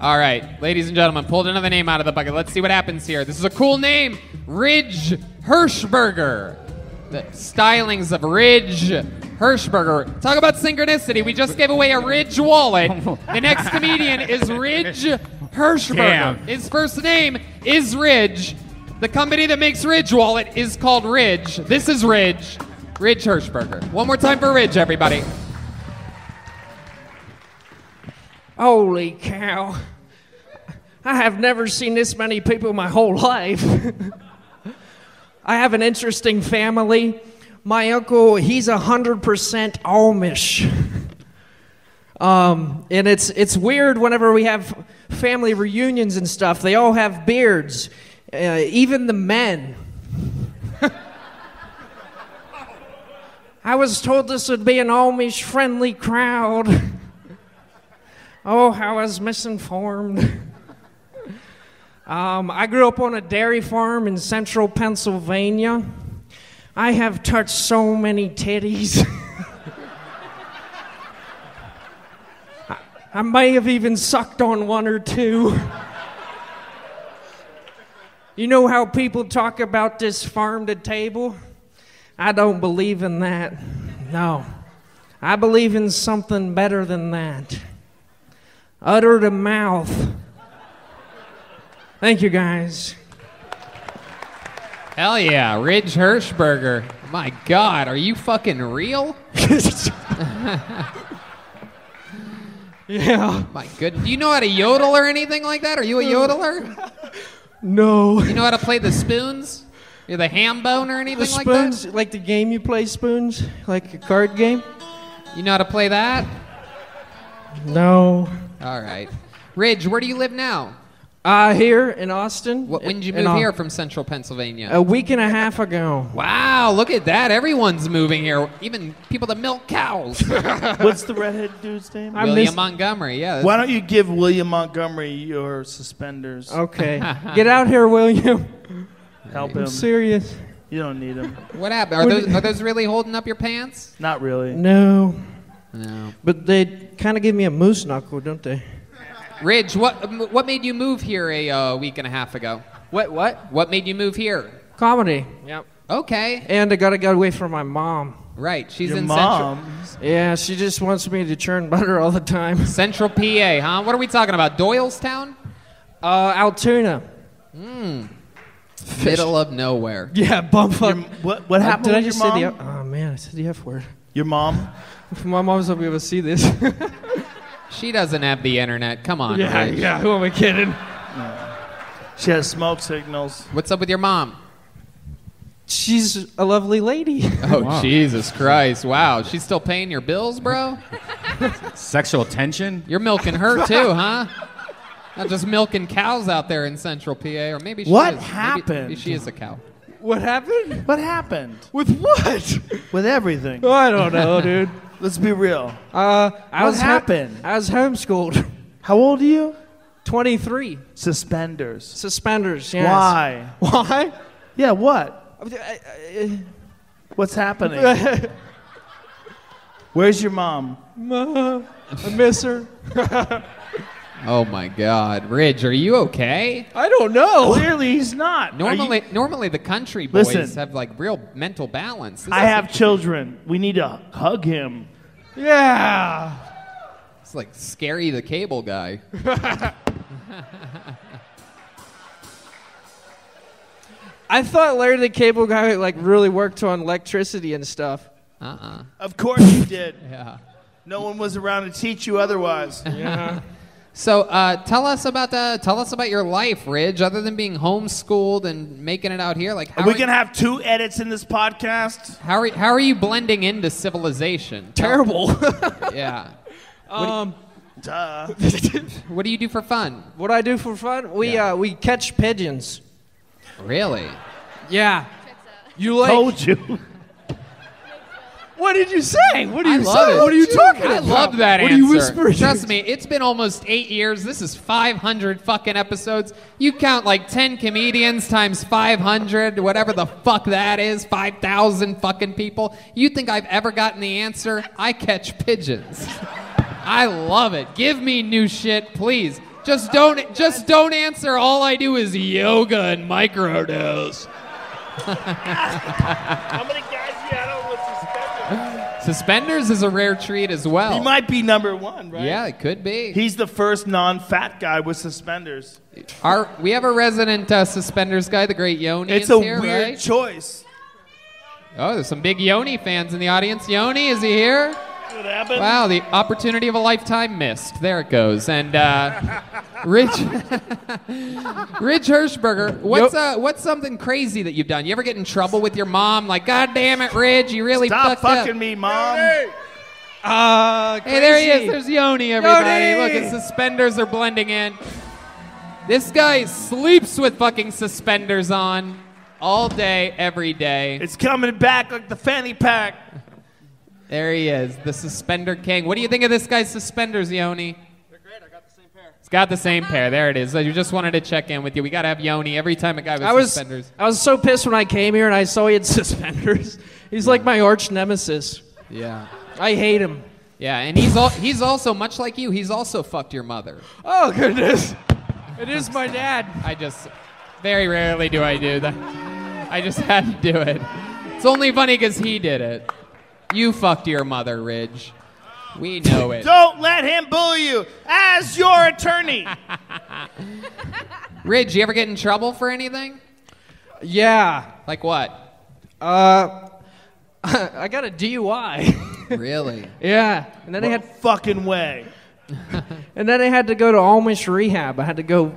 All right, ladies and gentlemen, pulled another name out of the bucket. Let's see what happens here. This is a cool name, Ridge Hirschberger. The stylings of Ridge Hirschberger. Talk about synchronicity. We just gave away a Ridge wallet. The next comedian is Ridge Hirschberger. Damn. His first name is Ridge. The company that makes Ridge Wallet is called Ridge. This is Ridge. Ridge Hirschberger. One more time for Ridge, everybody. Holy cow. I have never seen this many people my whole life. I have an interesting family. My uncle, he's 100% Amish. Um, and it's, it's weird whenever we have family reunions and stuff, they all have beards, uh, even the men. I was told this would be an Amish friendly crowd. Oh, how I was misinformed. um, I grew up on a dairy farm in central Pennsylvania. I have touched so many titties. I- I may have even sucked on one or two. You know how people talk about this farm to table? I don't believe in that. No. I believe in something better than that utter to mouth. Thank you, guys. Hell yeah, Ridge Hirschberger. My God, are you fucking real? yeah. My good. Do you know how to yodel or anything like that? Are you a Hmm. yodeler? No. You know how to play the spoons? You're the ham bone or anything The like that? spoons, like, the game you play spoons, like a card game? You know how to play that? No. All right. Ridge, where do you live now? Uh, here in Austin. What, when did you in move Au- here from central Pennsylvania? A week and a half ago. Wow, look at that. Everyone's moving here. Even people that milk cows. What's the redhead dude's name? I William missed- Montgomery, yeah. that's- Why don't you give William Montgomery your suspenders? Okay. Get out here, William. Help I'm Um, him. serious. You don't need him. What happened? Are What those, did- are those really holding up your pants? Not really. No. No. But they kind of give me a moose knuckle, don't they? Ridge, what, m- what made you move here a uh, week and a half ago? What? What? What made you move here? Comedy. Yep. Okay. And I gotta get away from my mom. Right. She's Your in mom. Yeah, she just wants me to churn butter all the time. Central, Central PA, huh? What are we talking about? Doylestown? Uh, Altoona. Middle of nowhere. Yeah, Your, bumfuck. what what happened Uh, Did with I just your mom? say the? Oh man, I said the f word. Your mom? My mom's not gonna be able to see this. She doesn't have the internet. Come on, Ridge. Who am I kidding? She has smoke signals. What's up with your mom? She's a lovely lady. Oh, Jesus Christ. Wow. She's still paying your bills, bro? Sexual tension? You're milking her too, huh? Not just milking cows out there in Central PA, or maybe she What is. Maybe- happened? Maybe, she is a cow. What happened? What happened With what? with everything? I don't know, dude. Let's be real. Uh, I What was ho- happened? I was homeschooled. How old are you? Twenty-three Suspenders. suspenders. Yes. Why? Why? Yeah, what? I- I- What's happening? Where's your mom? Mom, I miss her. Oh my God, Ridge, are you okay? I don't know. Clearly, he's not. Are you- Normally, normally the country boys Listen. have like real mental balance. This I is- have children. We need to hug him. Yeah. It's like scary the cable guy. I thought Larry the Cable Guy like really worked on electricity and stuff. Uh uh Of course you did. Yeah. No one was around to teach you otherwise. So uh, tell us about the tell us about your life, Ridge. Other than being homeschooled and making it out here, like how Are we are- gonna have two edits in this podcast? how are how are you blending into civilization? Terrible. yeah. um, Duh. What do you do for fun? what I do for fun? We Yeah. uh, we catch pigeons. Really? Yeah. You like? Told you. What did you say? What do I you love say? it. What are you talking I about? love that what answer. What are you whispering? Trust me, it's been almost eight years. This is 500 fucking episodes. You count like 10 comedians times 500, whatever the fuck that is, 5,000 fucking people. You think I've ever gotten the answer? I catch pigeons. I love it. Give me new shit, please. Just don't just don't answer. All I do is yoga and microdose. How many guys you had on with suspenders? Suspenders is a rare treat as well. He might be number one, right? Yeah, it could be. He's the first non-fat guy with suspenders. Our, we have a resident uh, suspenders guy, the great Yoni. It's is a here, weird right? choice. Oh, there's some big Yoni fans in the audience. Yoni, is he here? What happened? Wow, the opportunity of a lifetime missed. There it goes. And uh, Rich, Rich Hirschberger, what's uh, what's something crazy that you've done? You ever get in trouble with your mom? Like, God damn it, Ridge, you really Stop fucked up." fucking me, mom. Uh, Hey, there he crazy. is. There's Yoni, everybody. Yoni! Look, his suspenders are blending in. This guy sleeps with fucking suspenders on all day, every day. It's coming back like the fanny pack. There he is, the suspender king. What do you think of this guy's suspenders, Yoni? It's got the same pair. There it is. I just wanted to check in with you. We got to have Yoni every time a guy with I was suspenders. I was so pissed when I came here and I saw he had suspenders. He's like my arch nemesis. Yeah. I hate him. Yeah, and he's al- he's also much like you. He's also fucked your mother. Oh goodness! It is my dad. I just very rarely do I do that. I just had to do it. It's only funny because he did it. You fucked your mother, Ridge. We know it. Don't let him bully you. As your attorney. Ridge, you ever get in trouble for anything? Yeah. Like what? Uh, I got a DUI. Really? yeah, and then I had fucking way. and then I had to go to Amish rehab. I had to go,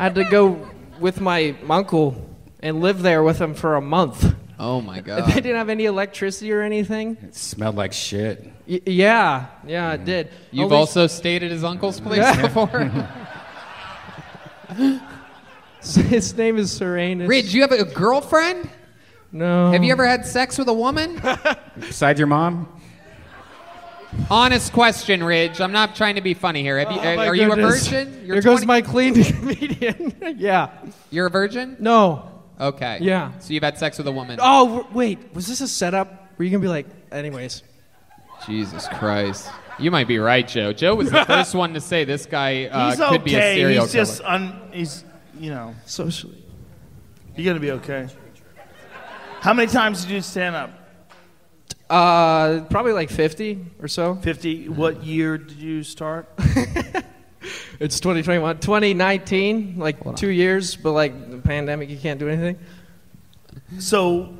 I had to go with my uncle and live there with him for a month. Oh my They god. didn't have any electricity or anything. It smelled like shit. Y- yeah, yeah, it did. Mm-hmm. You've Only- also stayed at his uncle's place Yeah. before. his name is Serenus. Ridge, you have a girlfriend? No. Have you ever had sex with a woman? Beside your mom? Honest question, Ridge. I'm not trying to be funny here. Have you, uh, Oh, my are you a goodness. virgin? There goes 20 my clean comedian. yeah. You're a virgin? No. Okay. Yeah. So you've had sex with a woman. Oh w- wait, was this a setup? Were you gonna be like, anyways? Jesus Christ. You might be right, Joe. Joe was the first one to say this guy uh, He's could be a okay. serial he's killer. just un. He's you know. Socially. You're gonna be okay. How many times did you stand up? Uh, probably like fifty or so. Fifty. What year did you start? It's 2021, 2019, like two years, but like the pandemic, you can't do anything. So,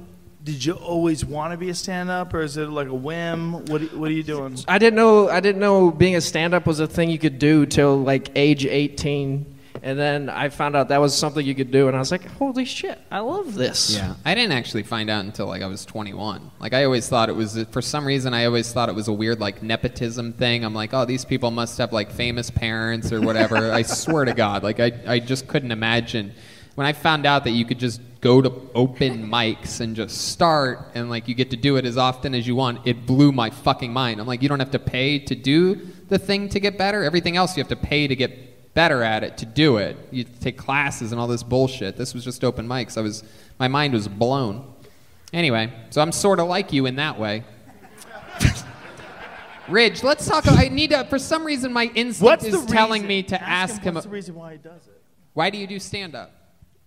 did you always want to be a stand-up, or is it like a whim? What are- What are you doing? I didn't know. I didn't know being a stand-up was a thing you could do till like age 18, and then I found out that was something you could do, and I was like, holy shit, I love this. yeah. I didn't actually find out until like I was 21. Like I always thought it was uh, for some reason I always thought it was a weird like nepotism thing. I'm like, "Oh, these people must have like famous parents or whatever." I swear to God, like I I just couldn't imagine when I found out that you could just go to open mics and just start and like you get to do it as often as you want, it blew my fucking mind. I'm like, "You don't have to pay to do the thing to get better. Everything else you have to pay to get better at it to do it. You take classes and all this bullshit. This was just open mics. I was, my mind was blown. Anyway, so I'm sort of like you in that way. Ridge, let's talk. I need to. For some reason, my instinct What's is the reason? telling me to ask, him. What's the reason why he does it? why do you do stand up?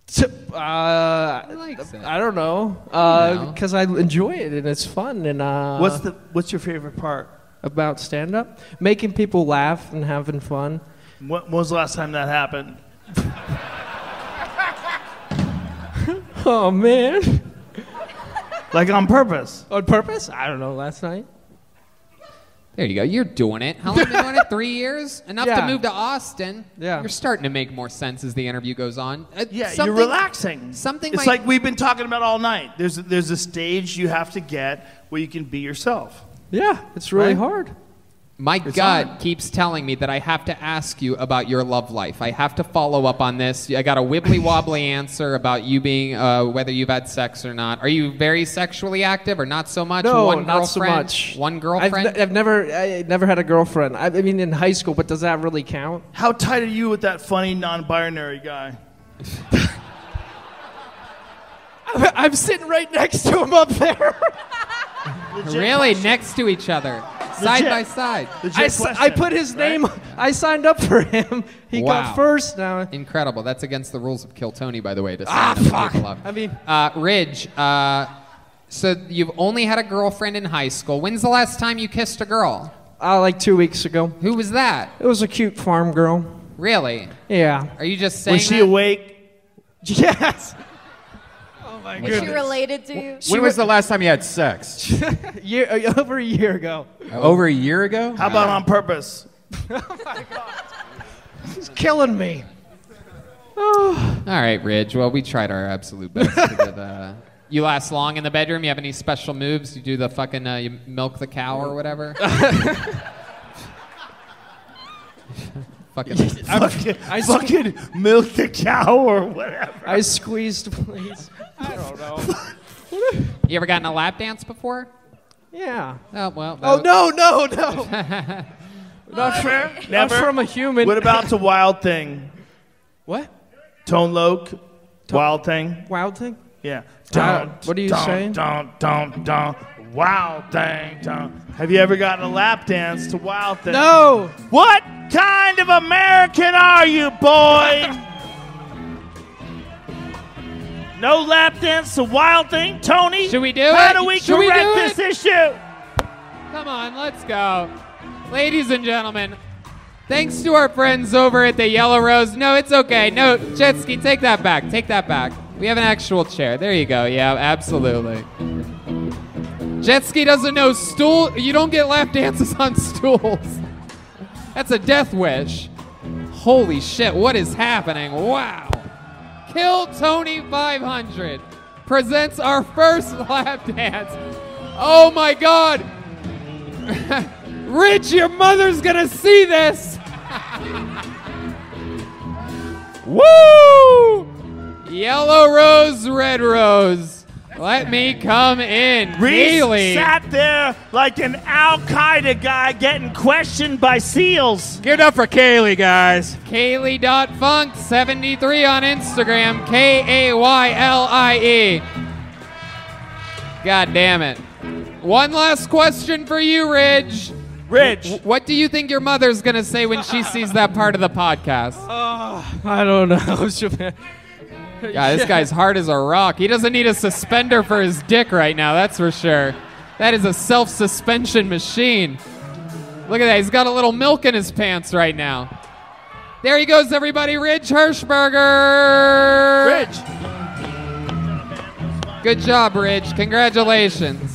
T- uh, I, like that. don't know, don't know. because I enjoy it and it's fun and uh, What's the What's your favorite part? about stand-up, making people laugh and having fun. When, when was the last time that happened? Oh man, Like on purpose? on purpose? I don't know. Last night. There you go. You're doing it. How long have you been doing it? Three years? Enough Yeah. to move to Austin. Yeah. You're starting to make more sense as the interview goes on. Uh, Yeah, something- you're relaxing. something It's might- like we've been talking about all night. There's a, There's a stage you have to get where you can be yourself. Yeah, it's really Right? hard. My gut keeps telling me that I have to ask you about your love life. I have to follow up on this. I got a wibbly wobbly answer about you being uh, whether you've had sex or not. Are you very sexually active or not so much? No, One not so girlfriend? much. One girlfriend. I've, ne- I've never, I never had a girlfriend. I, I mean, in high school, but does that really count? How tight are you with that funny non-binary guy? I'm, I'm sitting right next to him up there. really next to each other. side Legit. by side. Legit I, s- I question, put his right? name. I signed up for him. He Wow. got first. Now Incredible. That's against the rules of Kill Tony, by the way. To Ah, stand up fuck. people up. I mean- uh, Ridge. Uh, so you've only had a girlfriend in high school. When's the last time you kissed a girl? uh, like two weeks ago. Who was that? It was a cute farm girl. Really? Yeah. Are you just saying? Was she that? awake? Yes. Oh my Is she goodness. related to you? When was the last time you had sex? Year, uh, over a year ago. Over a year ago? How about on purpose? It's killing me. All right, Ridge. Well, we tried our absolute best. to get, uh, you last long in the bedroom. You have any special moves? You do the fucking uh, you milk the cow or whatever. fucking. I'm, I fucking milk the cow or whatever. I squeezed, please. I don't know. You ever gotten a lap dance before? Yeah. Oh well. that Oh was- no no no. Not fair. Not Never? from a human. What about the wild thing? what? Tone Loke? Wild thing? Wild thing? Yeah. Uh, what are you don't, saying? Don't, don't, don't. Wild thing, don't. Have you ever gotten a lap dance to Wild thing? No. What kind of American are you, boy? no lap dance to Wild Thing, Tony. Should we do How it? do we Should we correct do this issue? Come on, let's go. Ladies and gentlemen, thanks to our friends over at the Yellow Rose. No, it's okay. No, Jetski, take that back. Take that back. We have an actual chair. There you go. Yeah, absolutely. Jetski doesn't know stool. You don't get lap dances on stools. That's a death wish. Holy shit, what is happening? Wow. Kill Tony 500 presents our first lap dance. Oh my god. Rich, your mother's gonna see this. Woo! Yellow rose, red rose. Let me come in. Reese Really? sat there like an Al Qaeda guy getting questioned by SEALs. Give it up for Kaylee, guys. Kaylee.funk73 on Instagram. K A Y L I E. God damn it. One last question for you, Ridge. Rich, What do you think your mother's going to say when she sees that part of the podcast? I don't know. Yeah, this guy's hard as a rock. He doesn't need a suspender for his dick right now, that's for sure. That is a self suspension machine. Look at that. He's got a little milk in his pants right now. There he goes, everybody. Ridge Hirschberger. Rich. Good job, Ridge. Congratulations.